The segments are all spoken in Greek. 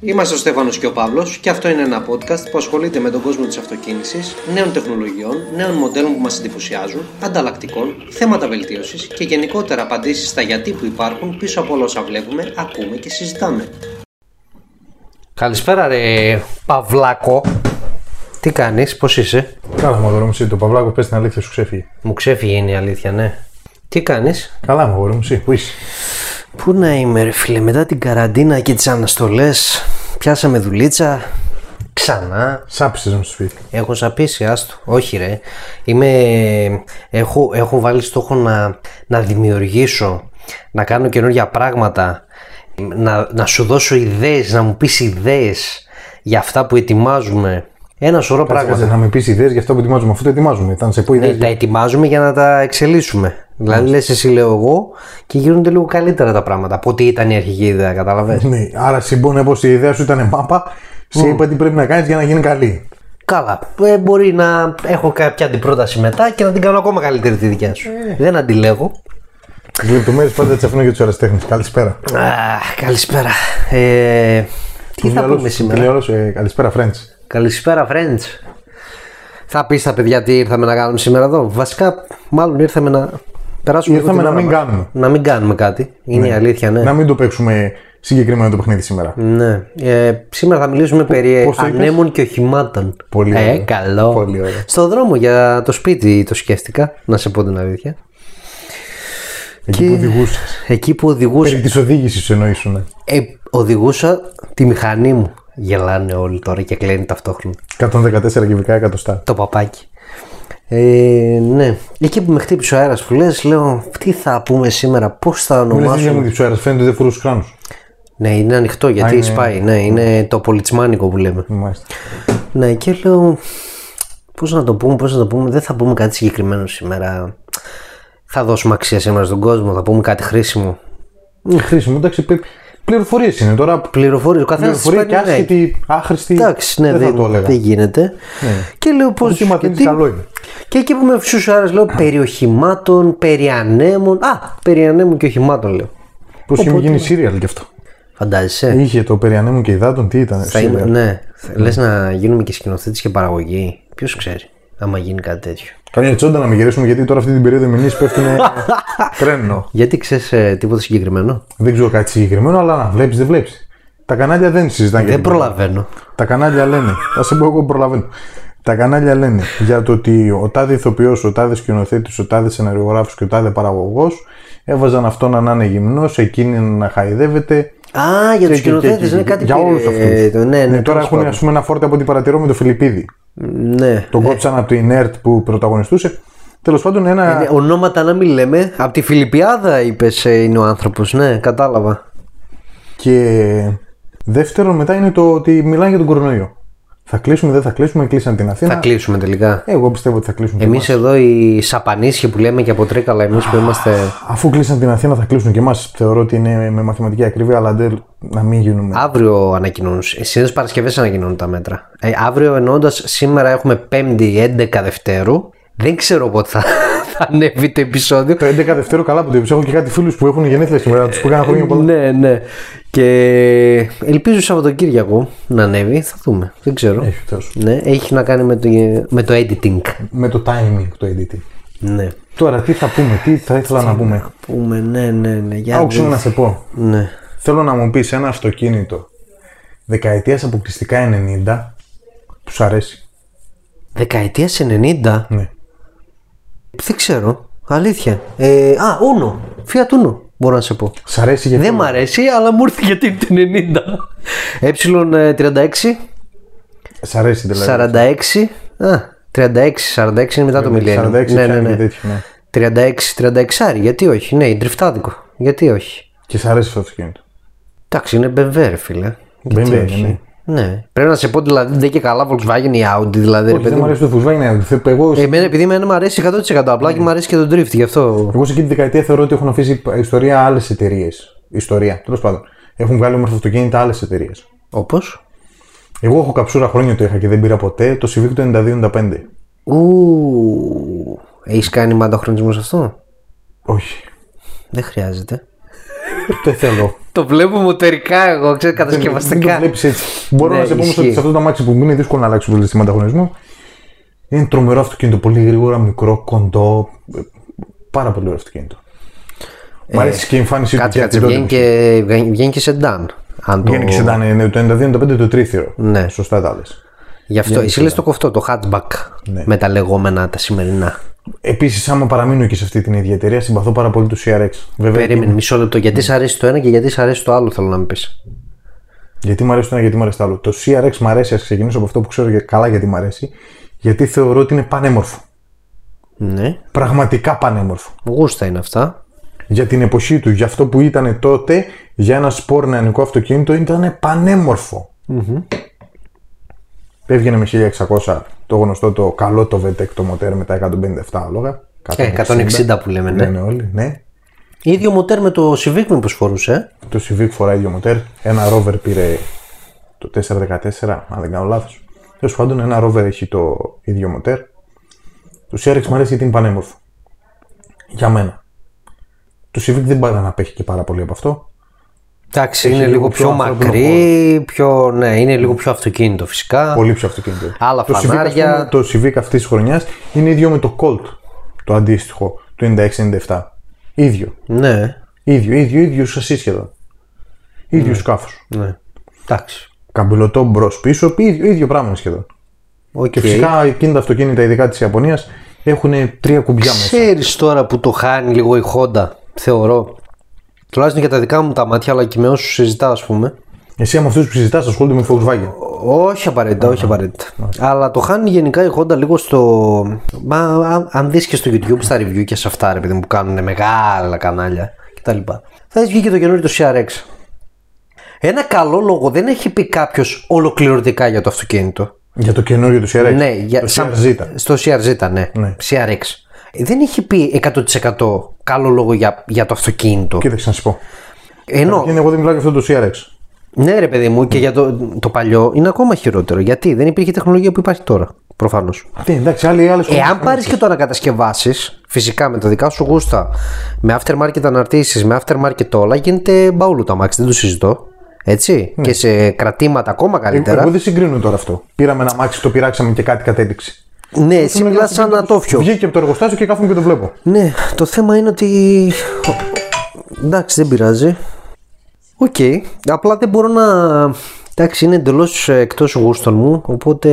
Είμαστε ο Στέφανος και ο Παύλος και αυτό είναι ένα podcast που ασχολείται με τον κόσμο της αυτοκίνησης, νέων τεχνολογιών, νέων μοντέλων που μας εντυπωσιάζουν, ανταλλακτικών, θέματα βελτίωσης και γενικότερα απαντήσεις στα γιατί που υπάρχουν πίσω από όλα όσα βλέπουμε, ακούμε και συζητάμε. Καλησπέρα, ρε Παυλάκο. Τι κάνεις, πώς είσαι, Καλά, μου αγόρι μου, εσύ. Το Παυλάκο, πες την αλήθεια, σου ξέφυγε. Μου ξέφυγε είναι η αλήθεια, ναι. Τι κάνεις, Καλά, μου αγόρι μου, εσύ. Πού είσαι. Πού να είμαι, ρε φίλε, μετά την καραντίνα και τις αναστολές, πιάσαμε δουλίτσα. Ξανά, Σάπισε μου στο σπίτι. Έχω σαπίσει, άστο. Όχι ρε. Είμαι... Έχω, έχω βάλει στόχο να, να δημιουργήσω, να κάνω καινούργια πράγματα, να, να σου δώσω ιδέες, να μου πεις ιδέες για αυτά που ετοιμάζουμε. Ένα σωρό πράγματα. Κάτσε να με πεις ιδέες για αυτό που ετοιμάζουμε. Αυτό το ετοιμάζουμε. Ήταν σε πού ιδέες. Τα ετοιμάζουμε για να τα εξελίσσουμε. Δηλαδή λες εσύ λέω εγώ και γίνονται λίγο καλύτερα τα πράγματα από ό,τι ήταν η αρχική ιδέα, καταλαβες. Ναι, άρα συμπώνε πω η ιδέα σου ήταν μάπα, σε είπα τι πρέπει να κάνεις για να γίνει καλή. Καλά. Ε, μπορεί να έχω κάποια αντιπρόταση μετά και να την κάνω ακόμα καλύτερη τη δικιά σου. Ε. Δεν αντιλέγω. Τις λεπτομέρειες πάντα τις αφήνω για τους αεραστέχνες. Καλησπέρα. Α, καλησπέρα. Ε, τι θα πούμε σήμερα. ε, Καλησπέρα, friends. Καλησπέρα, friends. Θα πεις στα παιδιά τι ήρθαμε να κάνουμε σήμερα εδώ. Βασικά, μάλλον ήρθαμε να περάσουμε λίγο Ήρθαμε την να Ε. ώρα μας. μην κάνουμε. Να μην κάνουμε κάτι. Είναι η αλήθεια, ναι. Να μην το παίξουμε συγκεκριμένο το παιχνίδι σήμερα. ναι. Ε, σήμερα θα μιλήσουμε περί ε, πώς το είπες? ανέμων και οχημάτων. Πολύ ε, ωραίο. καλό. Πολύ ωραίο. Στο δρόμο για το σπίτι το σκέφτηκα, να σε πω την αλήθεια. Εκεί που Ε, οδηγούσες. Εκεί που οδηγούσα. Περί της οδήγησης εννοήσουν. Ε, οδηγούσα τη μηχανή μου. Γελάνε όλοι τώρα και κλαίνουν ταυτόχρονα. 114 κυβικά εκατοστά. Το παπάκι. Ε, ναι. Εκεί που με χτύπησε ο αέρας που λες, λέω τι θα πούμε σήμερα, πώς θα Μου λες ονομάσουμε. για μου του αέρας, φαίνεται δεν φορούσε κράνου. Ναι, είναι ανοιχτό γιατί είναι- σπάει. Ναι, είναι το πολιτσμάνικο που λέμε. Μάλιστα. Ναι, και λέω πώς να το πούμε, πώς να το πούμε. Δεν θα πούμε κάτι συγκεκριμένο σήμερα. Θα δώσουμε αξία σήμερα στον κόσμο, θα πούμε κάτι χρήσιμο. Είναι χρήσιμο, εντάξει. Πληροφορίες είναι τώρα. Πληροφορίες, ο καθένας Πληροφορία και άσχετη, άχρηστη. ναι. Εντάξει, ναι, δεν, δεν, θα το έλεγα. Ναι. δεν γίνεται. Και λέω πώ. Τι μαθαίνει, καλό είναι. Και εκεί που με φυσούσε ο Άρας λέω περί οχημάτων, περί ανέμων. Α, περί ανέμων και οχημάτων λέω. Ναι, Πώς είχε γίνει σύριαλ κι αυτό. Φαντάζεσαι. Είχε το περί ανέμων και υδάτων, τι ήταν. Θα serial. είμαι, ναι. Λες να γίνουμε και σκηνοθέτης και παραγωγή. Ποιος ξέρει, άμα γίνει κάτι τέτοιο. Καμιά τσόντα να μην γυρίσουμε γιατί τώρα αυτή την περίοδο εμεί πέφτουν τρένο. Γιατί ξέρεις τίποτα συγκεκριμένο. Δεν ξέρω κάτι συγκεκριμένο, αλλά να βλέπεις, δεν βλέπεις. Τα κανάλια δεν συζητάνε. για Δεν την προλαβαίνω. Τα κανάλια λένε, θα σε πω εγώ που προλαβαίνω. Τα κανάλια λένε για το ότι ο τάδε ηθοποιός, ο τάδε σκηνοθέτης, ο τάδε σεναριογράφος και ο τάδε παραγωγός έβαζαν αυτόν να είναι γυμνός, εκείνη να χαϊδεύεται. Α, για τους Και- και- σκηνοθέτες και- είναι κάτι Για πήρε- όλου αυτού. το- Ναι, ναι, Ε, τώρα τέλος έχουν ας πούμε, ένα φόρτι από την παρατηρώ με τον Φιλιππίδη. πάντων. Ναι. Τον κόψαν από την ΕΡΤ που πρωταγωνιστούσε. Τέλος πάντων, ένα. Ε, Ονόματα να μην λέμε. Από τη Φιλιππιάδα είπες είναι ο άνθρωπος. Ναι, κατάλαβα. Και δεύτερον, μετά είναι το ότι μιλάνε για τον κορονοϊό. Θα κλείσουμε, δεν θα κλείσουμε, κλείσαν την Αθήνα. Θα Ε, κλείσουμε τελικά. Εγώ πιστεύω ότι θα κλείσουν. και Εμείς εδώ οι σαπανίσχοι που λέμε και από τρίκαλα, εμείς που είμαστε. Αφού κλείσαν την Αθήνα, θα κλείσουν και εμάς. Θεωρώ ότι είναι με μαθηματική ακρίβεια, αλλά δεν να μην γίνουμε. Αύριο ανακοινώνουν. Συνήθω Παρασκευές ανακοινώνουν τα μέτρα. Ε, αύριο εννοώντας σήμερα έχουμε 5η 11 Δευτέρου. Δεν ξέρω πότε θα, θα ανέβει το επεισόδιο. Το 11 Δευτέρο, καλά που το είπες. Έχω και κάτι φίλους που έχουν γενέθλια σήμερα, τους που έκανα χρόνια πολλά. ναι, ναι. Και ελπίζω Σαββατοκύριακο να ανέβει. Θα δούμε. Δεν ξέρω. Έχει, τέλος. Ναι, έχει να κάνει με το, με το editing. Με το timing το editing. Ναι. Τώρα τι θα πούμε, τι θα ήθελα να πούμε. Πούμε, ναι, ναι, ναι. Για Άκουσα να σε πω. Ναι. Θέλω να μου πεις ένα αυτοκίνητο δεκαετίας αποκλειστικά 90 που σου αρέσει. Δεκαετίας 90. Ναι. Δεν ξέρω. Αλήθεια. Ε, α, ούνο. Fiat Uno. Μπορώ να σε πω. Σ' αρέσει γιατί. Δεν μ' αρέσει, αλλά μου ήρθε γιατί είναι την 90. Ε 36, Σ' αρέσει δηλαδή. 46. Α, 36, 46 είναι μετά το μιλένιο. 46 Ναι, ναι, πιάνει και ναι. τέτοιο, 36, ναι. 36, άρι, γιατί όχι. Ναι, τριφτάδικο. Γιατί όχι. Και σ' αρέσει αυτό το αυτοκίνητο. Εντάξει, είναι BMW, ρε φίλε. Γιατί BMW, όχι. ναι. Ναι. Πρέπει να σε πω δηλαδή δεν και καλά Volkswagen ή Audi δηλαδή. ρε παιδί Όχι, δεν μου μου. αρέσει το Volkswagen. ναι. Θε- Εγώ, Εμένα επειδή εμένα μου αρέσει 100% απλά Ναι. και μου αρέσει και το drift γι' αυτό. εγώ σε εκείνη τη δεκαετία θεωρώ ότι έχουν αφήσει ιστορία άλλες εταιρείες. Ιστορία, τέλος πάντων. Έχουν βγάλει όμορφα αυτοκίνητα άλλες εταιρείες. Όπως. Εγώ έχω καψούρα χρόνια το είχα και δεν πήρα ποτέ το Civic του 92-95. Ου. Έχεις κάνει μανταχρονισμό σε αυτό. Όχι. Δεν χρειάζεται. Δεν θέλω. Το βλέπω μοτερικά εγώ, ξέρω, Δεν το κατασκευαστικά. βλέπεις έτσι. Μπορώ Ναι, να σε πω όμως ισχύει. ότι σε αυτό το αμάξι που μου είναι δύσκολο να αλλάξει πολύ συστήματα αγωνισμού. Είναι τρομερό αυτοκίνητο. Πολύ γρήγορα, μικρό, κοντό. Ε, Πάρα πολύ ωραίο αυτοκίνητο. Μ' αρέσει και η εμφάνιση του Κάτσε, και κάτσε, αυτή Ε, βγαίνει τότε. και, βγαίνει βγαίνει και σεντάν. Αν το... Βγαίνει και σεντάν, είναι το 92-95 το τρίθυρο. Ναι. Σωστά τα λες. Γι' αυτό εσύ λες το κοφτό, το hatchback Ναι. με τα λεγόμενα τα σημερινά. Επίσης, άμα παραμείνω και σε αυτή την ίδια εταιρεία, συμπαθώ πάρα πολύ του CRX. Βέβαια, Περίμενε μισό λεπτό, γιατί σ' αρέσει το ένα και γιατί σ' αρέσει το άλλο, θέλω να μου πεις. γιατί μου αρέσει το ένα, γιατί μου αρέσει το άλλο. Το CRX μου αρέσει, ας ξεκινήσω από αυτό που ξέρω και καλά γιατί μου αρέσει, γιατί θεωρώ ότι είναι πανέμορφο. Ναι, Πραγματικά πανέμορφο. γούστα είναι αυτά. για την εποχή του, για αυτό που ήταν τότε, για ένα σπορ νεανικό αυτοκίνητο, ήταν πανέμορφο. Έβγαινε με 1600 το γνωστό το καλό το VTEC το μοτέρ με τα 157 άλογα. Ε, 160 που λέμε, ναι. Ναι, ναι, όλοι, ναι. Ίδιο μοτέρ με το Civic μήπως φορούσε. Το Civic φοράει δύο μοτέρ. Ένα Rover πήρε το 414, αν δεν κάνω λάθος. Τέλος πάντων, ένα Rover έχει το ίδιο μοτέρ. Το CRX μου αρέσει γιατί είναι πανέμορφο. Για μένα. Το Civic δεν πάει να απέχει και πάρα πολύ από αυτό. Εντάξει, είναι λίγο πιο ανθρώπινο μακρύ, πιο, ναι, είναι λίγο πιο αυτοκίνητο φυσικά. Πολύ πιο αυτοκίνητο. Άλλα το φανάρια. Civic, ας πούμε, το Civic αυτής της χρονιάς είναι ίδιο με το Colt. Το αντίστοιχο του 96-97. ίδιο. Ναι, ίδιο, ίδιο, ίδιο σασί σχεδόν. ίδιος σκάφος. ναι. Εντάξει. Καμπυλωτό μπρος πίσω, ίδιο, ίδιο πράγμα είναι σχεδόν. Οκ. Και φυσικά εκείνα τα αυτοκίνητα, ειδικά της Ιαπωνίας, έχουν τρία κουμπιά μέσα. Ξέρεις τώρα που το χάνει λίγο η Honda, θεωρώ. Τουλάχιστον για τα δικά μου τα μάτια, αλλά και με όσους συζητά, ας πούμε. Εσύ με αυτούς που συζητάς, ασχολούνται με Volkswagen. Όχι απαραίτητα, όχι απαραίτητα. Αλλά το χάνει γενικά η Honda λίγο στο. Μα αν- αν δεις και στο YouTube, στα review και σε αυτά, ρε παιδί μου, που κάνουν μεγάλα κανάλια κτλ. Θα δεις βγήκε το καινούριο το CRX. Ένα καλό λόγο δεν έχει πει κάποιος ολοκληρωτικά για το αυτοκίνητο. Για το καινούριο του CRX. Ναι, για, το σαν- CRZ. Στο CRZ, ναι. Ναι. CRX. Δεν έχει πει 100% καλό λόγο για, για το αυτοκίνητο. Κοίταξε να σου πω. Ενώ, Είναι, εγώ δεν μιλάω για αυτό το CRX. ναι ρε παιδί μου, και για το, το παλιό είναι ακόμα χειρότερο. Γιατί δεν υπήρχε τεχνολογία που υπάρχει τώρα, προφανώς. Ναι, εντάξει, άλλοι, άλλες Εάν πάρει ναι. και το ανακατασκευάσει, φυσικά με τα δικά σου γούστα, με aftermarket αναρτήσεις, με aftermarket όλα, γίνεται μπαούλου το αμάξι, δεν το συζητώ. Έτσι. Και σε κρατήματα ακόμα καλύτερα. Ναι. Εγώ δεν συγκρίνω τώρα αυτό. Πήραμε ένα μάξι, το πειράξαμε και κάτι κατέληξε. ναι, εσύ μιλά σαν ατόφιο. Βγήκε από το εργοστάσιο και κάθομαι και το βλέπω. Ναι, το θέμα είναι ότι. Εντάξει, δεν πειράζει. Οκ. Απλά δεν μπορώ να. Εντάξει, είναι εντελώς εκτός γούστων μου, οπότε.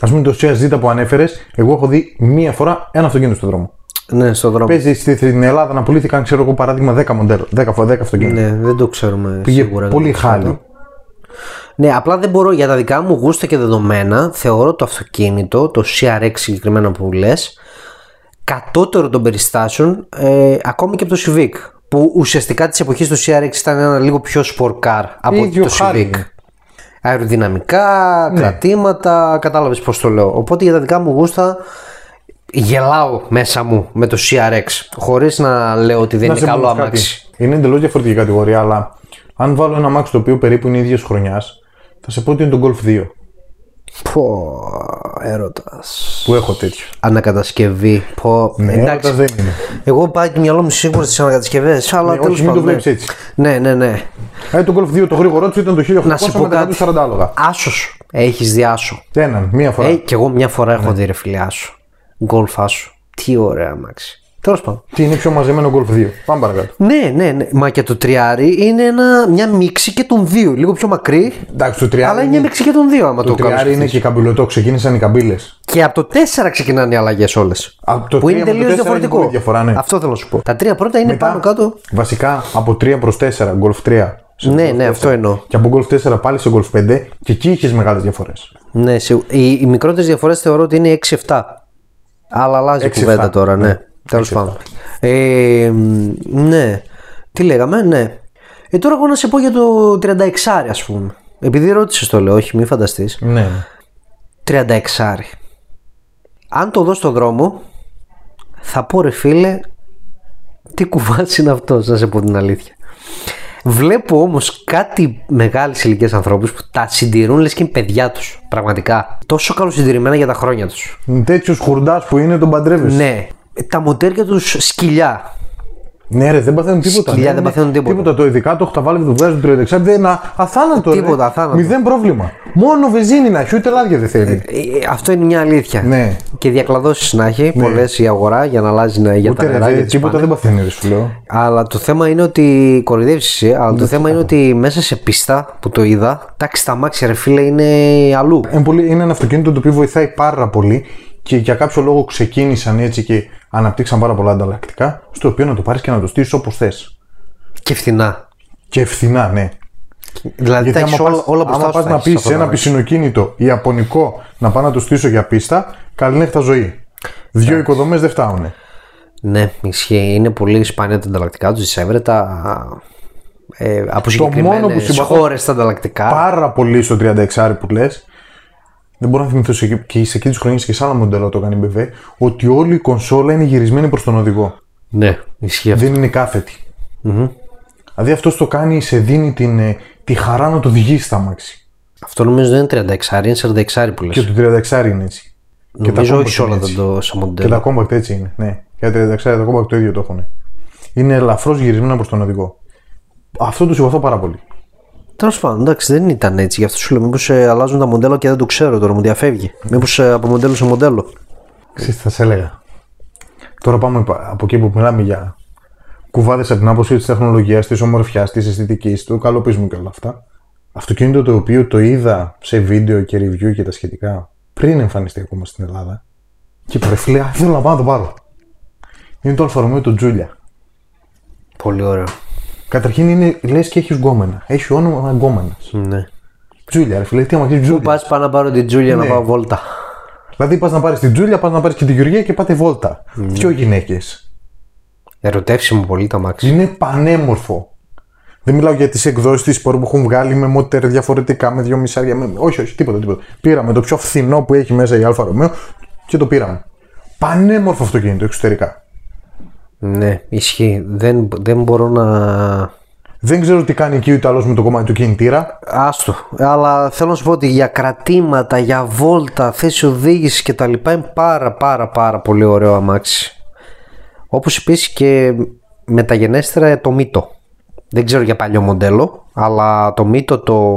Α πούμε το CRZ που ανέφερες, εγώ έχω δει μία φορά ένα αυτοκίνητο στον δρόμο. Ναι, στον δρόμο. Παίζει στη- στην Ελλάδα να πουλήθηκαν, ξέρω εγώ, παράδειγμα 10 μοντέλο, 10 φορά 10 αυτοκίνητα. Ναι, δεν το ξέρουμε. Πήγε σίγουρα, πολύ δεν το χάλι. Ναι, απλά δεν μπορώ για τα δικά μου γούστα και δεδομένα. Θεωρώ το αυτοκίνητο, το CRX συγκεκριμένα που λες, κατώτερο των περιστάσεων ε, ακόμη και από το Civic. Που ουσιαστικά της εποχής του CRX ήταν ένα λίγο πιο σπορκάρ από Ίδιο το χάλι Ναι. Civic. είναι. Αεροδυναμικά, κρατήματα, κατάλαβες πώς το λέω. Οπότε για τα δικά μου γούστα γελάω μέσα μου με το CRX. Χωρίς να λέω ότι δεν Να σε είναι καλό πω κάτι. αμάξι. Είναι εντελώς διαφορετική κατηγορία, αλλά αν βάλω ένα μάξι το οποίο περίπου είναι ίδιας χρονιάς, θα σε πω ότι είναι το Golf 2 Πω, έρωτας. που έχω τέτοιο. Ανακατασκευή. Πω. Ναι, εντάξει. Ε, έρωτας δεν είναι. Εγώ πάει το μυαλό μου σίγουρα στις ανακατασκευές, αλλά Ναι, τέλος όχι, μην το πάντων, βλέπεις έτσι. Ναι, ναι, ναι. Ε, το Golf 2 το γρήγορο του ήταν το 1800 Να σου πω με κάτι. 140 άλογα. Άσος. Έχεις δει άσο. Έναν, μία φορά. Ε, κι εγώ μια φορά Ναι. έχω δει ρε φίλε άσο. Γκολφ άσο. Τι ωραία αμάξι. Τέλος πάντων. Τι είναι πιο μαζεμένο Golf 2. Πάμε παρακάτω. Ναι, ναι, ναι. Μα και το τριάρι είναι ένα, μια μίξη και των δύο. Λίγο πιο μακρύ, Εντάξει, το 30 αλλά είναι μίξη και των δύο άμα το, Ναι. Το κάνεις. τριάρι είναι και καμπυλωτό, ξεκίνησαν οι καμπύλες. Και από το 4 ξεκινάνε οι αλλαγές όλες. Από το Που είναι τρία τελείω με το τέσσερα είναι διαφορετικό. πολύ διαφορά, ναι. Αυτό θέλω να σου πω. Τα τρία πρώτα είναι πάνω κάτω. Βασικά από 3 προ 4, γκολφ 3. σε Ναι, γκολφ ναι, 4. αυτό εννοώ. Και από γκολφ 4 πάλι σε γκολφ 5 και εκεί είχες μεγάλες διαφορές. Ναι, σίγου- οι, οι μικρότερες διαφορές θεωρώ ότι είναι 6-7. Αλλά αλλάζει η 6-7, κουβέντα τώρα, ναι. Τέλο πάντων. Ε, μ, ναι. Τι λέγαμε, ναι. Ε, τώρα εγώ να σε πω για το 36 ας πούμε. Επειδή ρώτησες το λέω, όχι, μη φανταστείς. Ναι. 36 Αν το δω στον δρόμο, θα πω ρε φίλε, τι κουβάς είναι αυτός, να σε πω την αλήθεια. Βλέπω όμως κάτι μεγάλες ηλικίες ανθρώπους που τα συντηρούν λες και είναι παιδιά τους, πραγματικά. Τόσο καλοσυντηρημένα για τα χρόνια τους. Τέτοιος χουρντάς που είναι τον παντρεύεσαι. Ναι, τα μοντέρια τους σκυλιά. Ναι, ρε, δεν παθαίνουν τίποτα. Σκυλιά Ναι, δεν ναι, παθαίνουν τίποτα. Το ειδικά το χταβάλι του βγάζει το 36 δεν είναι α- αθάνατο. ρε. Τίποτα, αθάνατο. Μηδέν πρόβλημα. Μόνο βενζίνη να έχει, ούτε λάδια δεν θέλει. Ε, ε, Αυτό είναι μια αλήθεια. Ναι. Και διακλαδώσεις να έχει πολλές η αγορά για να αλλάζει να, για Ούτε τα ρε, νερά. δεν- για τις τίποτα δεν παθαίνει, ρε, σου λέω. Αλλά το θέμα είναι ότι κοροϊδεύεις εσύ, αλλά Ναι. το θέμα είναι ότι μέσα σε πίστα που το είδα, εντάξει τα αμάξια ρε φίλε είναι αλλού. Εν πολύ- Είναι ένα αυτοκίνητο το οποίο βοηθάει πάρα πολύ και για κάποιο λόγο ξεκίνησαν έτσι και αναπτύξαν πάρα πολλά ανταλλακτικά, στο οποίο να το πάρεις και να το στήσει όπως θες. Και φθηνά. Και φθηνά, ναι. Δηλαδή τα Γιατί έχεις άμα όλα, πας, όλα μπροστά άμα σου πας τα να έχεις πεις αυτό σε το ένα αμάξι. πισινοκίνητο ιαπωνικό να πάω να το στήσω για πίστα, καληνύχτα ζωή. Δύο οικοδομές δεν φτάνουν. Ναι, ισχύει. Είναι πολύ σπάνια τα ανταλλακτικά τους, δυσέβρετα. Ε, από μόνο που συγκεκριμένε συμπαθώ- χώρες τα ανταλλακτικά. Πάρα πολύ στο 36 που λες. Δεν μπορώ να θυμηθώ σε, εκεί- και σε εκείνε τι χρονιέ και σε άλλα μοντέλα το κάνει η BV ότι όλη η κονσόλα είναι γυρισμένη προς τον οδηγό. Ναι, ισχύει αυτό. Δεν είναι κάθετη. Δηλαδή αυτός το κάνει, σε δίνει την, ε, τη χαρά να το οδηγήσει στα μάξι. Αυτό νομίζω δεν είναι 36, είναι 46 που λες. Και το 36 είναι έτσι. και τα νομίζω compact όχι σε όλα είναι τα έτσι. το σε Και μοντέλα. τα compact έτσι είναι. Ναι. Και τα 36 τα compact το ίδιο το έχουν. Είναι ελαφρώς γυρισμένα προς τον οδηγό. Αυτό το συμπαθώ πάρα πολύ. Τέλος πάντων, εντάξει, δεν ήταν έτσι. Γι' αυτό σου λέω: Μήπως αλλάζουν τα μοντέλα και δεν το ξέρω τώρα, μου διαφεύγει. Μήπως από μοντέλο σε μοντέλο. Ξέρεις τι θα σε έλεγα. Τώρα πάμε πα- από εκεί που μιλάμε για κουβάδες από την άποψη της τεχνολογίας, της ομορφιάς, της αισθητικής, του καλοπισμού και όλα αυτά. Αυτοκίνητο το οποίο το είδα σε βίντεο και review και τα σχετικά πριν εμφανιστεί ακόμα στην Ελλάδα. Και είπα, «Ρε φίλε, α, θέλω να πάω να το πάρω. Είναι το Αλφα του Τζούλια. Πολύ ωραίο. Καταρχήν είναι, λες και έχεις γκόμενα. Έχει όνομα γκόμενας. Ναι. Τζούλια, ρε φίλε, τι άμα έχεις Τζούλια. Πας πάω να πάρω την Τζούλια να Ναι. πάω βόλτα. Δηλαδή πας να πάρεις την Τζούλια, πας να πάρεις και την Γεωργία και πάτε βόλτα. Δυο γυναίκες. Ερωτεύσιμο πολύ τα μάξι. Είναι πανέμορφο. Δεν μιλάω για τις εκδόσεις της Sport που έχουν βγάλει με μοτέρ διαφορετικά, με δυο μισάρια. Με... Όχι, όχι, τίποτα, τίποτα. Πήραμε το πιο φθηνό που έχει μέσα η Αλφα Ρωμαίο και το πήραμε. Πανέμορφο αυτοκίνητο εξωτερικά. Ναι, ισχύει. Δεν, δεν μπορώ να. Δεν ξέρω τι κάνει εκεί ο Ιταλός με το κομμάτι του κινητήρα. Άστο. Αλλά θέλω να σου πω ότι για κρατήματα, για βόλτα, θέση οδήγησης κτλ. είναι πάρα πάρα πάρα πολύ ωραίο αμάξι. Όπως επίση και μεταγενέστερα το μύτο. Δεν ξέρω για παλιό μοντέλο, αλλά το μύτο το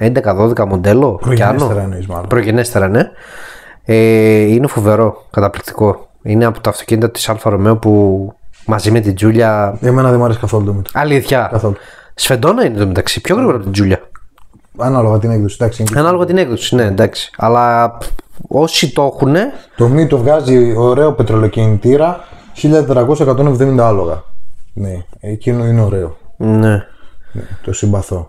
11-12 μοντέλο. κι άλλο. Προγενέστερα εννοείς μάλλον. Προγενέστερα, ναι. Ε, είναι φοβερό, καταπληκτικό. Είναι από τα αυτοκίνητα της Αλφα Ρωμαίο που μαζί με την Τζούλια. Εμένα δεν μου αρέσει καθόλου το μήτρο. Αλήθεια. Καθόλου. Σφεντόνα είναι το μεταξύ. Πιο γρήγορα από την Τζούλια. Ανάλογα την έκδοση. Εντάξει, είναι και- Ανάλογα την έκδοση, ναι, εντάξει. Αλλά π, όσοι το έχουν, Το μήτο βγάζει ωραίο πετρελοκινητήρα 1470 άλογα. Ναι, εκείνο είναι ωραίο. ναι. Το συμπαθώ.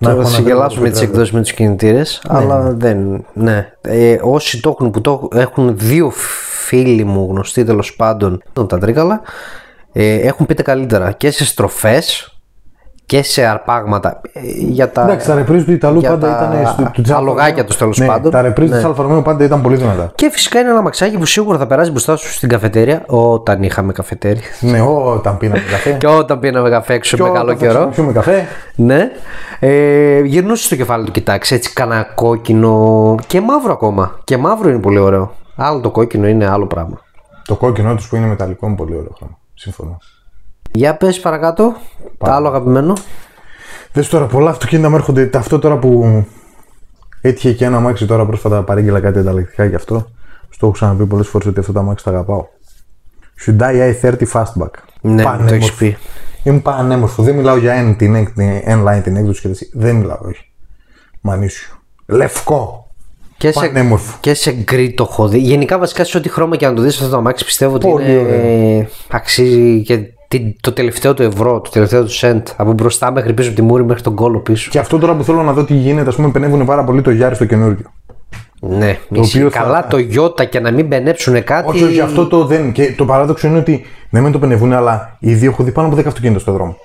Τώρα έχω θα ένα συγκελάσουμε τέτοιο τι εκδόσεις με τους κινητήρες, αλλά δεν. Ναι. Ε, όσοι το έχουν που το έχουν, δύο φίλοι μου γνωστοί τέλος πάντων από τα τρίκαλα, ε, έχουν πείτε καλύτερα και σε στροφές και σε αρπάγματα. Ε, για τα, Εντάξει, τα ρεπρίζ του Ιταλού για πάντα τα ήταν. στο- του- της Alfa αλογάκια Romeo. τους, τέλος ναι, πάντων. Τα ρεπρίζ της Αλφα Ρωμαίου πάντα ήταν πολύ δυνατά. Και φυσικά είναι ένα μαξάκι που σίγουρα θα περάσει μπροστά σου στην καφετέρια, όταν είχαμε καφετέρια. ναι, όταν πίναμε καφέ. και όταν πίναμε καφέ έξω με όταν καλό θα καιρό. ξυπνήσουμε καφέ. Ναι. Ε, γυρνούσες στο κεφάλι του, κοιτάξει έτσι, κάνα κόκκινο και μαύρο ακόμα. Και μαύρο είναι πολύ ωραίο. Άλλο το κόκκινο είναι άλλο πράγμα. Το κόκκινο τους που είναι μεταλλικό είναι πολύ ωραίο χρώμα. Συμφωνώ. Για πες παρακάτω, το άλλο αγαπημένο. Δες τώρα, πολλά αυτοκίνητα μου έρχονται. τα- Αυτό τώρα που έτυχε και ένα αμάξι τώρα πρόσφατα παρήγγειλα κάτι ανταλλακτικά γι' αυτό. Στο έχω ξαναπεί πολλές φορές ότι αυτό το αμάξι τα αγαπάω. Hyundai i30 Fastback. Ναι, Πανέμορφο. το έχεις πει. Είναι πανέμορφο. Δεν μιλάω για N την, έκ- την N-line την έκδοση και τέτοια. Δεν μιλάω, όχι. Μανίσιο. Λευκό. Και σε, Πανέμορφο. και σε γκρι το έχω δει. Γενικά βασικά σε ό,τι χρώμα και να το δεις αυτό το αμάξι πιστεύω ότι Πολύ είναι, αξίζει και την- το τελευταίο του ευρώ, το τελευταίο του σεντ από μπροστά μέχρι πίσω από τη μούρη μέχρι τον κόλο πίσω. Και αυτό τώρα που θέλω να δω τι γίνεται, ας πούμε, πενεύουν πάρα πολύ το Γιάρη στο καινούργιο. Ναι, ισχύει. οποίο θα- καλά το γιώτα και να μην μπενέψουν κάτι. Όχι, όχι, αυτό το δεν. Και το παράδοξο είναι ότι ναι, μεν το πενεύουν, αλλά ήδη έχω δει πάνω από 10 αυτοκίνητα στον δρόμο.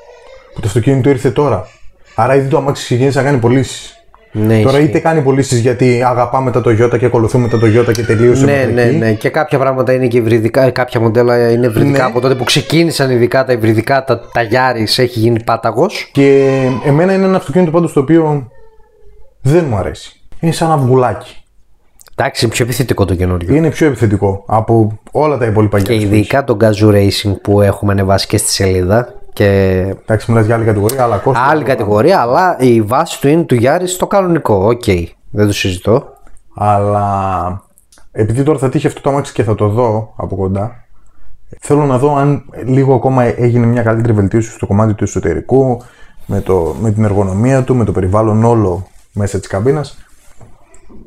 Που το αυτοκίνητο ήρθε τώρα. Άρα ήδη το αμάξι ξεκίνησε να κάνει πωλήσεις. Ναι, Τώρα ισχύει. είτε κάνει πωλήσεις γιατί αγαπάμε τα Toyota και ακολουθούμε τα Toyota και τελείωσε. Ναι, μέχρι ναι, εκεί. ναι. Και κάποια πράγματα είναι και υβριδικά, ε, κάποια μοντέλα είναι υβριδικά. Ναι. Από τότε που ξεκίνησαν ειδικά τα υβριδικά, τα, τα Yaris έχει γίνει πάταγος. Και εμένα είναι ένα αυτοκίνητο πάντως το οποίο δεν μου αρέσει. Είναι σαν αυγουλάκι. Εντάξει, είναι πιο επιθετικό το καινούριο. Είναι πιο επιθετικό από όλα τα υπόλοιπα Και γυαλιά. ειδικά το Gazoo Racing που έχουμε ανεβάσει και στη σελίδα. Και Εντάξει, μιλά για άλλη κατηγορία, αλλά κόστος. άλλη κατηγορία, αλλά η βάση του είναι του Γιάρη στο κανονικό. Οκ. Δεν το συζητώ. Αλλά επειδή τώρα θα τύχει αυτό το αμάξι και θα το δω από κοντά, θέλω να δω αν λίγο ακόμα έγινε μια καλύτερη βελτίωση στο κομμάτι του εσωτερικού, με, το, με την εργονομία του, με το περιβάλλον όλο μέσα της καμπίνας.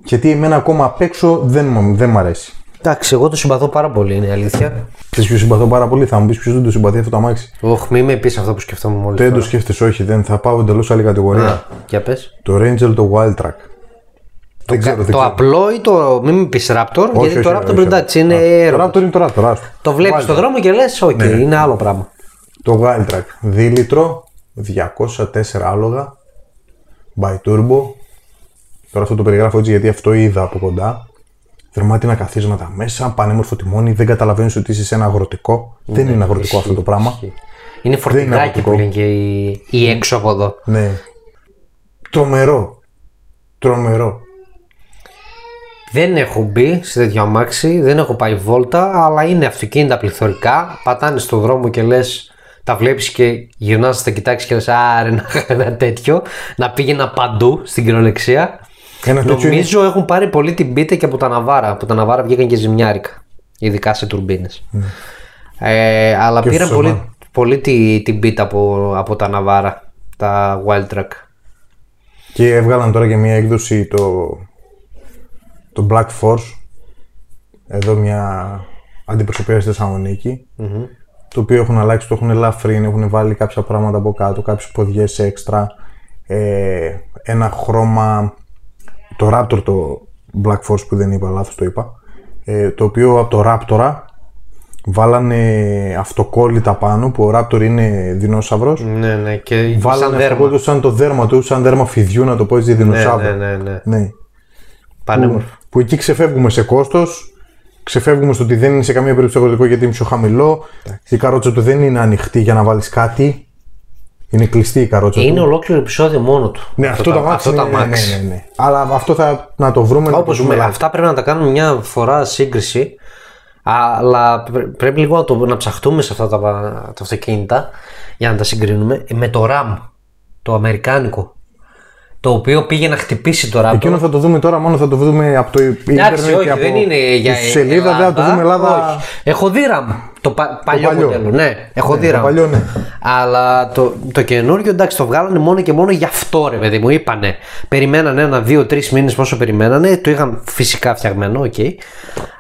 Γιατί εμένα ακόμα απ' έξω δεν, μου- δεν μ' αρέσει. Εντάξει, εγώ το συμπαθώ πάρα πολύ, είναι η αλήθεια. Ξέρεις ποιος συμπαθώ πάρα πολύ, θα μου πεις ποιος δεν το συμπαθεί αυτό το αμάξι. Οχ, μη με πεις αυτό που σκεφτόμουν μόλις. Δεν το σκέφτεσαι, όχι, δεν θα πάω εντελώς άλλη κατηγορία. Για πες. Το Ranger το Wild Track. δεν ξέρω, Ε, Το δεν ξέρω. απλό ή το. Μη με πεις Raptor, γιατί το Raptor πριν τάξει είναι Το αέρο. Raptor είναι το Raptor, άστο. Το βλέπεις στον δρόμο και λες, οκ, είναι άλλο πράγμα. Το Wild Track, δίλητρο, 204 άλογα, by turbo. Τώρα αυτό το περιγράφω έτσι γιατί αυτό είδα από κοντά. Δερμάτινα καθίσματα μέσα, πανέμορφο τιμόνι, δεν καταλαβαίνεις ότι είσαι σε ένα αγροτικό. δεν είναι αγροτικό αυτό το πράγμα. Είναι φορτηγάκι αγροτικό. που λένε και η, η έξω από εδώ. Ναι. Τρομερό. Τρομερό. Δεν έχω μπει σε τέτοιο αμάξι, δεν έχω πάει βόλτα, αλλά είναι αυτοκίνητα πληθωρικά. Πατάνε στον δρόμο και λες, τα βλέπεις και γυρνάς, τα κοιτάξεις και λες, άρε να είχα ένα τέτοιο, να πήγαινα παντού στην κυριολεξία. Ένα τέτοιο είναι Νομίζω έχουν πάρει πολύ την πίτα και από τα Ναβάρα. Από τα Ναβάρα βγήκαν και ζημιάρικα. Ειδικά σε τουρμπίνες. Ε, αλλά Και πήραν στους πολύ, πολύ τη- την πίτα από, από τα Ναβάρα. Τα Wild Track. Και έβγαλαν τώρα και μια έκδοση το, το Black Force. Εδώ μια αντιπροσωπεία στη θεσσαλονικη Το οποίο έχουν αλλάξει, το έχουν ελαφρύνει, έχουν βάλει κάποια πράγματα από κάτω, κάποιες ποδιές έξτρα, ε, ένα χρώμα. Το Raptor το Black Force που δεν είπα, λάθος το είπα. Ε, το οποίο από το Raptor βάλανε αυτοκόλλητα πάνω που ο Raptor είναι δεινόσαυρος. Ναι, ναι, και σαν Βάλανε δέρμα. αυτοκόλλητο σαν το δέρμα του, σαν δέρμα φιδιού να το πω έτσι, δεινοσαύρο. Ναι, ναι, ναι. Ναι. Πανέμορφο. Που εκεί ξεφεύγουμε σε κόστος, ξεφεύγουμε στο ότι δεν είναι σε καμία περίπτωση αγροτικό γιατί είναι πιο χαμηλό. Η καρότσα του δεν είναι ανοιχτή για να βάλεις κάτι. Είναι κλειστή η καρότσα του. Είναι ολόκληρο επεισόδιο μόνο του. Ναι, αυτό, το, αμάξι. αυτό το είναι- ναι, αμάξι. ναι, ναι, ναι. Αλλά αυτό θα να το βρούμε. να το Όπως δούμε με, live. αυτά πρέπει να τα κάνουμε μια φορά σύγκριση. Αλλά πρέ- πρέπει λίγο να, το, να ψαχτούμε σε αυτά τα, τα αυτοκίνητα για να τα συγκρίνουμε ε, με το RAM, το αμερικάνικο. Το οποίο πήγε να χτυπήσει το RAM. Εκείνο θα το δούμε τώρα, μόνο θα το δούμε από το Εντάξει, Ιντερνετ όχι, και από δεν είναι για τη σελίδα. Ελλάδα. δεν θα το δούμε Ελλάδα. Όχι. Έχω δει RAM. Το πα- παλιό, παλιό. μοντέλο. Ναι, έχω δει Το RAM. παλιό, ναι. Αλλά το, το καινούριο εντάξει το βγάλανε μόνο και μόνο γι' αυτό ρε παιδί μου. Είπανε. Περιμένανε ένα, δύο, τρεις μήνες πόσο περιμένανε. Το είχαν φυσικά φτιαγμένο, οκ.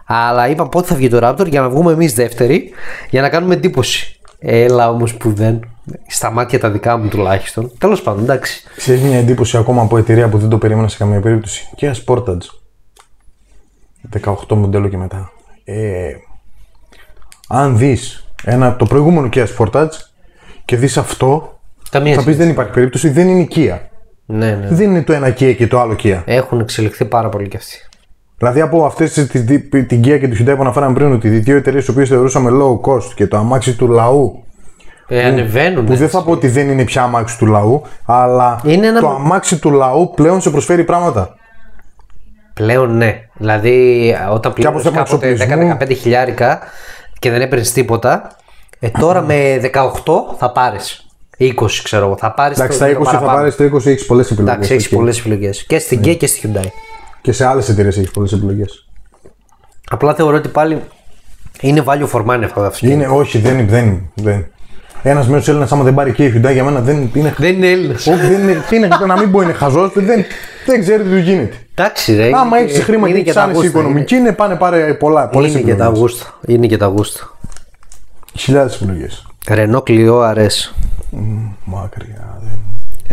Αλλά είπαν πότε θα βγει το Raptor για να βγούμε εμείς δεύτεροι για να κάνουμε εντύπωση. Έλα όμως που δεν. Στα μάτια τα δικά μου τουλάχιστον. Τέλος πάντων, εντάξει. Ξέρεις μια εντύπωση ακόμα από εταιρεία που δεν το περίμενα σε καμία περίπτωση. Kia Sportage. 18 μοντέλο και μετά. Ε, αν δεις ένα, το προηγούμενο Kia Sportage και δεις αυτό, Καμία θα πεις σχέση. δεν υπάρχει περίπτωση, δεν είναι η Kia. Ναι, ναι. Δεν είναι το ένα Kia και το άλλο Kia. Έχουν εξελιχθεί πάρα πολύ κι αυτοί. Δηλαδή από αυτές την Kia και το Hyundai που αναφέραμε πριν, ότι οι δύο εταιρείες τι οποίες θεωρούσαμε low cost και το αμάξι του λαού, Ε, ανεβαίνουν. που δεν θα πω ότι δεν είναι πια αμάξι του λαού, αλλά Είναι ένα- το αμάξι του λαού πλέον σε προσφέρει πράγματα. Πλέον ναι. Δηλαδή, όταν πλήρωνε θέμα κάποτε εξοπλισμού. 10-15 χιλιάρικα και δεν έπαιρνες τίποτα, ε, τώρα με 18 θα πάρεις. 20 ξέρω εγώ. Θα πάρεις. Εντάξει, στα 20 θα Ναι. πάρεις το 20 έχεις πολλές επιλογές. Εντάξει, έχεις πολλές επιλογές. Και στην Kia και στη Hyundai. Και σε άλλες εταιρείες έχεις πολλές επιλογές. Απλά θεωρώ ότι πάλι είναι value for money αυτά τα αυτοκίνητα. Είναι, όχι, δεν δεν, δεν. Ένας μέσο Έλληνας, άμα δεν πάρει και η Hyundai για μένα δεν είναι. Δεν είναι Έλληνας. Όχι, δεν είναι, τι είναι, να μην πω είναι χαζός, δεν, δεν ξέρει τι του γίνεται. Εντάξει, ρε. Άμα έχει είναι- χρήματα είναι και και έχει τα άνεση Αγούστα, οικονομική, είναι πάνε πάρε πολλά. Είναι, Πολλές είναι και τα επιλογέ. Αγούστα. Είναι και τα Αγούστα. Χιλιάδε επιλογέ. Ρενό κλειό αρέσει. Μακριά. Δεν.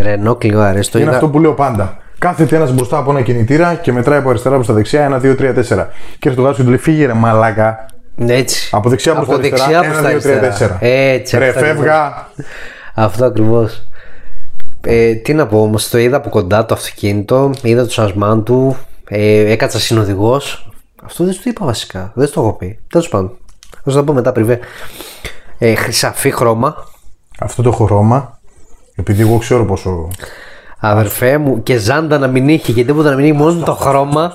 Ρενό κλειό αρέσει. Το Είναι είδα- αυτό που λέω πάντα. Κάθεται ένας μπροστά από ένα κινητήρα και μετράει από αριστερά προς τα δεξιά. Ένα, δύο, τρία, τέσσερα. Και έρχεται ο γάσος και του λέει: Φύγε ρε, μαλάκα. Ναι, Έτσι. Από δεξιά προς Από τα αριστερά, δεξιά ένα, προς τα δύο, τρία, αριστερά. τέσσερα. Έτσι. Ρε, αυτό ακριβώς. φεύγα. Αυτό ακριβώς. Ε, τι να πω όμως, το είδα από κοντά το αυτοκίνητο, είδα το σασμάν του, ε, έκατσα συνοδηγός. Αυτό δεν σου το είπα βασικά, δεν σου το έχω πει. Τέλος πάντων, θα σου τα πω μετά πριβέ. Ε, χρυσαφή χρώμα, Αυτό το χρώμα, επειδή εγώ ξέρω πόσο. αδερφέ μου, και ζάντα να μην είχε και τίποτα να μην είχε, μόνο το χρώμα.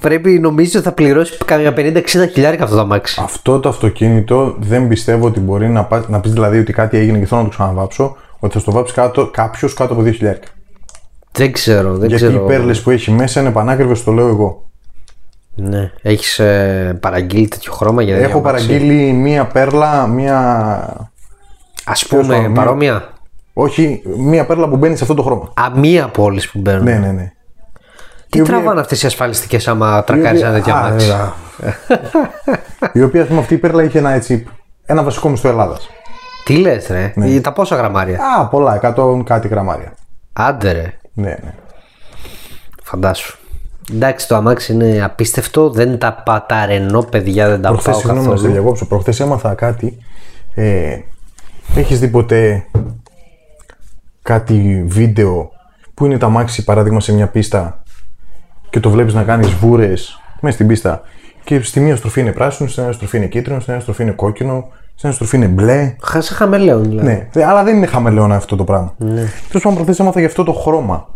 πρέπει νομίζω ότι θα πληρώσει καμιά 50-60 χιλιάρικα αυτό το αμάξι. Αυτό το αυτοκίνητο δεν πιστεύω ότι μπορεί να, πας, να πεις δηλαδή ότι κάτι έγινε και θέλω να το ξαναβάψω, ότι θα στο βάψει κάτω, κάποιος κάτω από 2 χιλιάρικα. Δεν ξέρω, δεν Γιατί ξέρω. οι πέρλες που έχει μέσα είναι πανάκριβες, το λέω εγώ. Ναι. Έχεις ε, παραγγείλει τέτοιο χρώμα για τέτοιο Έχω αμάξι. παραγγείλει μία πέρλα, μία... Ας πούμε, Τέλος πάντων, παρόμοια. Όχι, μία πέρλα που μπαίνει σε αυτό το χρώμα. Α, μία από όλες που μπαίνουν. Ναι, ναι, ναι. Τι τραβάνε αυτές οι ασφαλιστικές άμα τρακάρει ένα τέτοιο Α, αμάξι. ε, α. η οποία, ας πούμε, αυτή η πέρλα είχε ένα έτσι, ένα βασικό μισθό Ελλάδας. Τι λες, ρε. Τα πόσα γραμμάρια. Α, πολλά, 100 κάτι γραμμάρια. Άντε, ρε. Ναι, ναι. Φαντάσου. Εντάξει, το αμάξι είναι απίστευτο. Δεν τα παταρενώ, παιδιά, δεν τα Προχθές, πάω συγγνώμη να σε καθόλου. διακόψω, προχθές έμαθα κάτι. Ε, έχεις δει ποτέ κάτι βίντεο που είναι τα μάξι παράδειγμα σε μια πίστα και το βλέπεις να κάνεις βούρες μέσα στην πίστα και στη μία στροφή είναι πράσινο, στην άλλη στροφή είναι κίτρινο, στην άλλη στροφή είναι κόκκινο, στην άλλη στροφή είναι μπλε. Χάσα χαμελέον, δηλαδή. Ναι, δε- αλλά δεν είναι χαμελαιόνα αυτό το πράγμα. Ναι. Τέλος πάντων, προχθές έμαθα για αυτό το χρώμα.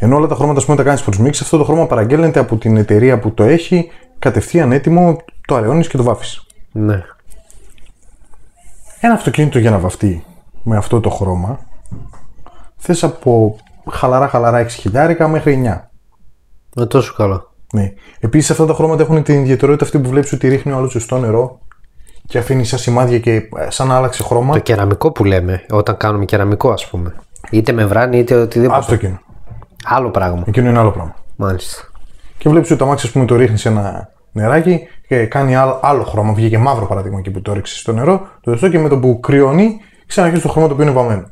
Ενώ όλα τα χρώματα ας πούμε, τα κάνεις προ μίξη, αυτό το χρώμα παραγγέλλεται από την εταιρεία που το έχει κατευθείαν έτοιμο, το αραιώνεις και το βάφεις. Ναι. Ένα αυτοκίνητο για να βαφτεί με αυτό το χρώμα θες από χαλαρά χαλαρά 6 χιλιάρικα μέχρι 9. Ε, τόσο καλό. Ναι. Επίσης αυτά τα χρώματα έχουν την ιδιαιτερότητα αυτή που βλέπεις ότι ρίχνει ο άλλος στο νερό και αφήνει σαν σημάδια και ε, σαν να άλλαξε χρώμα. Το κεραμικό που λέμε, όταν κάνουμε κεραμικό, ας πούμε. Είτε με βράνι, είτε οτιδήποτε. Αυτό εκείνο. Άλλο πράγμα. Εκείνο είναι άλλο πράγμα. Μάλιστα. Και βλέπεις ότι το αμάξι, ας πούμε, το ρίχνεις σε ένα νεράκι και κάνει άλλο, άλλο χρώμα. Βγήκε μαύρο παράδειγμα εκεί που το ρίξει στο νερό, το δεστό και με το που κρυώνει, ξαναρχίζει το χρώμα το οποίο είναι βαμμένο.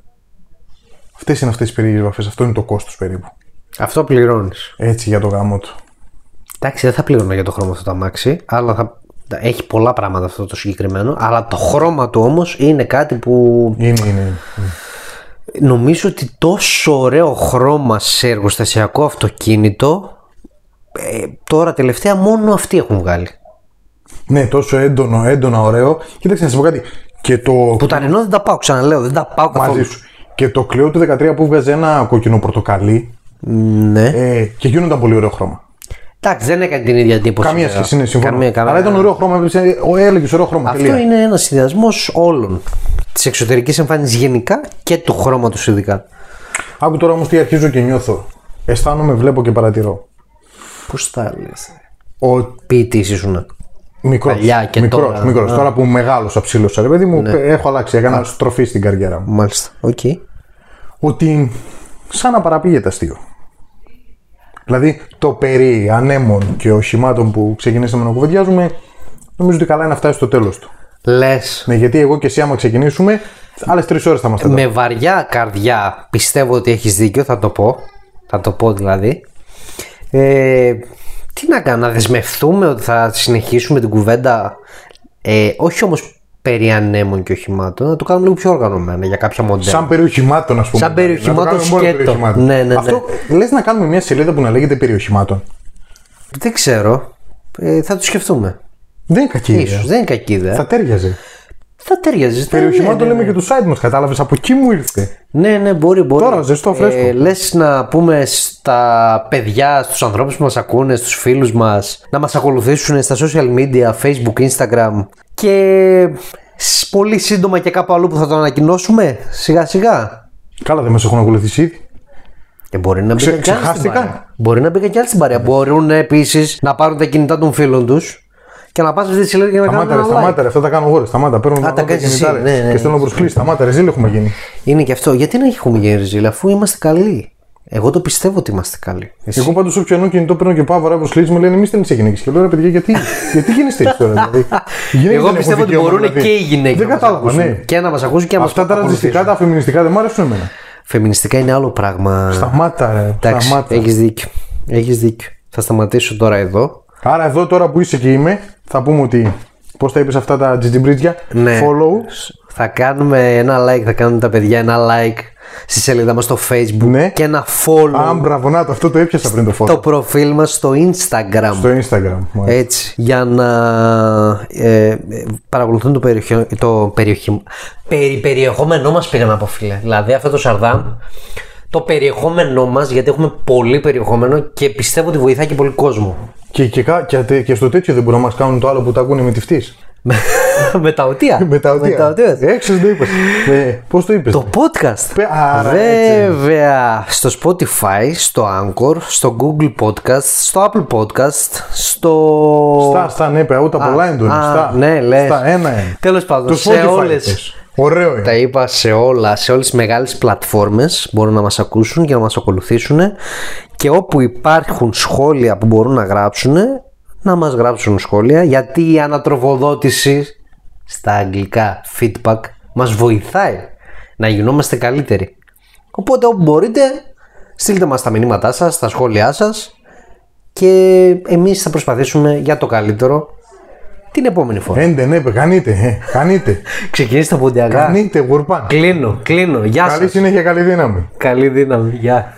Αυτές είναι αυτές τι περίεργε βαφέ. Αυτό είναι το κόστος περίπου. Αυτό πληρώνεις. Έτσι για το γάμο του. Εντάξει, δεν θα πλήρωνα για το χρώμα αυτό το αμάξι, αλλά θα... έχει πολλά πράγματα αυτό το συγκεκριμένο. Αλλά το χρώμα του όμως είναι κάτι που Είναι, είναι. είναι. νομίζω ότι τόσο ωραίο χρώμα σε εργοστασιακό αυτοκίνητο. ε, τώρα τελευταία μόνο αυτοί έχουν βγάλει. Ναι, τόσο έντονο, έντονα, ωραίο. Κοίταξε να σα πω κάτι. Και το. Που τα ρενό δεν τα πάω, ξαναλέω, δεν τα πάω μαζί καθόλου. σου. Και το κλειό του 13 που βγάζει ένα κόκκινο πορτοκαλί Ναι. ε, και γίνονταν πολύ ωραίο χρώμα. Εντάξει, δεν έκανε την ίδια εντύπωση. Καμία βέβαια. σχέση, είναι συμφωνώ. ε, Καμία, καμία. Αλλά ήταν ωραίο χρώμα. ε, Ο έλεγε ωραίο χρώμα. Αυτό τελεία. είναι ένας συνδυασμός όλων. Της εξωτερικής εμφάνισης γενικά και του χρώματος ειδικά. Άκου τώρα όμως τι αρχίζω και νιώθω. Αισθάνομαι, βλέπω και παρατηρώ. Πώς θα λες. Ο Ποιητής ήσουν. μικρός. Παλιά και μικρός, τώρα. ναι. Μικρός. Τώρα που μεγάλωσα, ψήλωσα, ρε παιδί μου, έχω αλλάξει. Έκανα στροφή στην καριέρα μου. Μάλιστα. Οκ. Ότι σαν να παραπήγεται αστείο. Δηλαδή το περί ανέμων και οχημάτων που ξεκινήσαμε να κουβεντιάζουμε, νομίζω ότι καλά είναι να φτάσει στο τέλος του. Λες. Ναι, γιατί εγώ και εσύ, άμα ξεκινήσουμε, άλλες τρεις ώρες θα είμαστε εδώ. Με βαριά καρδιά πιστεύω ότι έχεις δίκιο, θα το πω. Θα το πω δηλαδή. Ε, τι να κάνω, να δεσμευτούμε ότι θα συνεχίσουμε την κουβέντα. Ε, όχι όμως περί ανέμων και οχημάτων, να το κάνουμε λίγο πιο οργανωμένα για κάποια μοντέλα. Σαν περιοχημάτων, ας πούμε. ναι. Σαν περί οχημάτων Να το κάνουμε μόνο σκέτο. περί οχημάτων. Ναι, ναι, ναι. Αυτό λες να κάνουμε μια σελίδα που να λέγεται περιοχημάτων. Δεν ξέρω. Ε, θα το σκεφτούμε. Δεν είναι κακή ιδέα. Ίσως, δεν είναι κακή ιδέα. Θα Θα, τέριαζε. ταιριάζει. θα- Περιοχή ναι, μόνο το ναι, λέμε και τους site μας, κατάλαβες. Από εκεί μου ήρθε. Ναι, ναι, μπορεί, μπορεί. Τώρα, ζεστό, φρέσκο. Ε, Λες να πούμε στα παιδιά, στους ανθρώπους που μας ακούνε, στους φίλους μας, να μας ακολουθήσουν στα social media, Facebook, Instagram και σ- πολύ σύντομα και κάπου αλλού που θα το ανακοινώσουμε σιγά σιγά. Καλά, δεν μας έχουν ακολουθήσει ήδη. Και μπορεί να μπήκαν κι άλλοι στην ξεχάστηκα. παρέα. Μπορεί να μπήκαν κι άλλοι στην παρέα. Μπορούν επίσης να πάρουν τα κινητά των φίλων τους και να πάνε σε αυτή τη σελίδα για να κάνουν Σταμάτα, ρε, ένα like. σταμάτα, ρε, αυτά τα κάνω εγώ. ρε, Σταμάτα, παίρνω τα κάνεις εσύ, κινητά, ρε, ναι, ναι, Και στέλνω προσκλήσει. Σταμάτα, ρε, ζήλ έχουμε γίνει. Είναι και αυτό. Γιατί να έχουμε γίνει ρεζίλα, αφού είμαστε καλοί. Εγώ το πιστεύω ότι είμαστε καλοί. Εσύ. Εγώ πάντως όποιο καινούργιο κινητό παίρνω και πάω βαρά προσκλήσει μου λένε Εμεί δεν είσαι γυναίκες. Και λέω ρε, παιδιά, γιατί, γιατί γίνεστε έτσι τώρα. Δηλαδή. Οι γυναίκες Εγώ δεν πιστεύω έχουν ότι δικαίωμα, μπορούν δηλαδή. και οι γυναίκες Δεν να μας κατάλαβα, ακούσουν. ναι. Και να μας ακούσουν και να μας Αυτά τα ρατσιστικά, τα φεμινιστικά δεν μ' αρέσουν εμένα. Φεμινιστικά είναι άλλο πράγμα. Σταμάτα, ρε. Εντάξει, Σταμάτα. έχεις δίκιο. Έχεις δίκιο. Θα σταματήσω τώρα εδώ. Άρα εδώ τώρα που είσαι και είμαι, θα πούμε ότι. Πώς τα είπες αυτά τα τζιτζιμπρίτζια. Ναι. Follow. Θα κάνουμε ένα like, θα κάνουν τα παιδιά ένα like στη σελίδα μας στο facebook Ναι. και ένα follow Α, μπράβο, να το, αυτό το έπιασα πριν το follow. το προφίλ μας στο instagram. Στο Instagram. μάλιστα. Έτσι, για να ε, ε, παρακολουθούν το, περιοχή, το περιοχή, περι, περιεχόμενό μας πήγα να πω φίλε. Δηλαδή αυτό το Σαρδάμ το περιεχόμενό μας, γιατί έχουμε πολύ περιεχόμενο και πιστεύω ότι βοηθάει και πολύ κόσμο. Και, και, κα- και, τε- και στο τέτοιο δεν μπορούν να μας κάνουν το άλλο που τα ακούνε με τη φτύση. με τα οτία. Με τα οτία. Ε, οτία. Έξω το είπες. Πώς το είπες. Το podcast. Πε- άρα, Βέβαια, στο Spotify, στο Anchor, στο Google Podcast, στο Apple Podcast, στο... Στα, στα, ναι, παι, ούτε πολλά είναι το α, στα. ναι, λες. Στα, ένα είναι. Τέλος πάντων, Το σε Spotify όλες... πες. Ωραίο είναι. Τα είπα σε όλα, σε όλες τις μεγάλες πλατφόρμες μπορούν να μας ακούσουν και να μας ακολουθήσουν και όπου υπάρχουν σχόλια που μπορούν να γράψουν, να μας γράψουν σχόλια γιατί η ανατροφοδότηση στα αγγλικά feedback μας βοηθάει να γινόμαστε καλύτεροι. Οπότε όπου μπορείτε στείλτε μας τα μηνύματά σας, τα σχόλιά σας και εμείς θα προσπαθήσουμε για το καλύτερο την επόμενη φορά. Έντε, ναι, παι, χανείτε. ε, Χανείτε. Ξεκινήστε από την αγάπη. Χανείτε, γουρπάν. Κλείνω, κλείνω. Γεια σας. Καλή συνέχεια, καλή δύναμη. Καλή δύναμη. Γεια.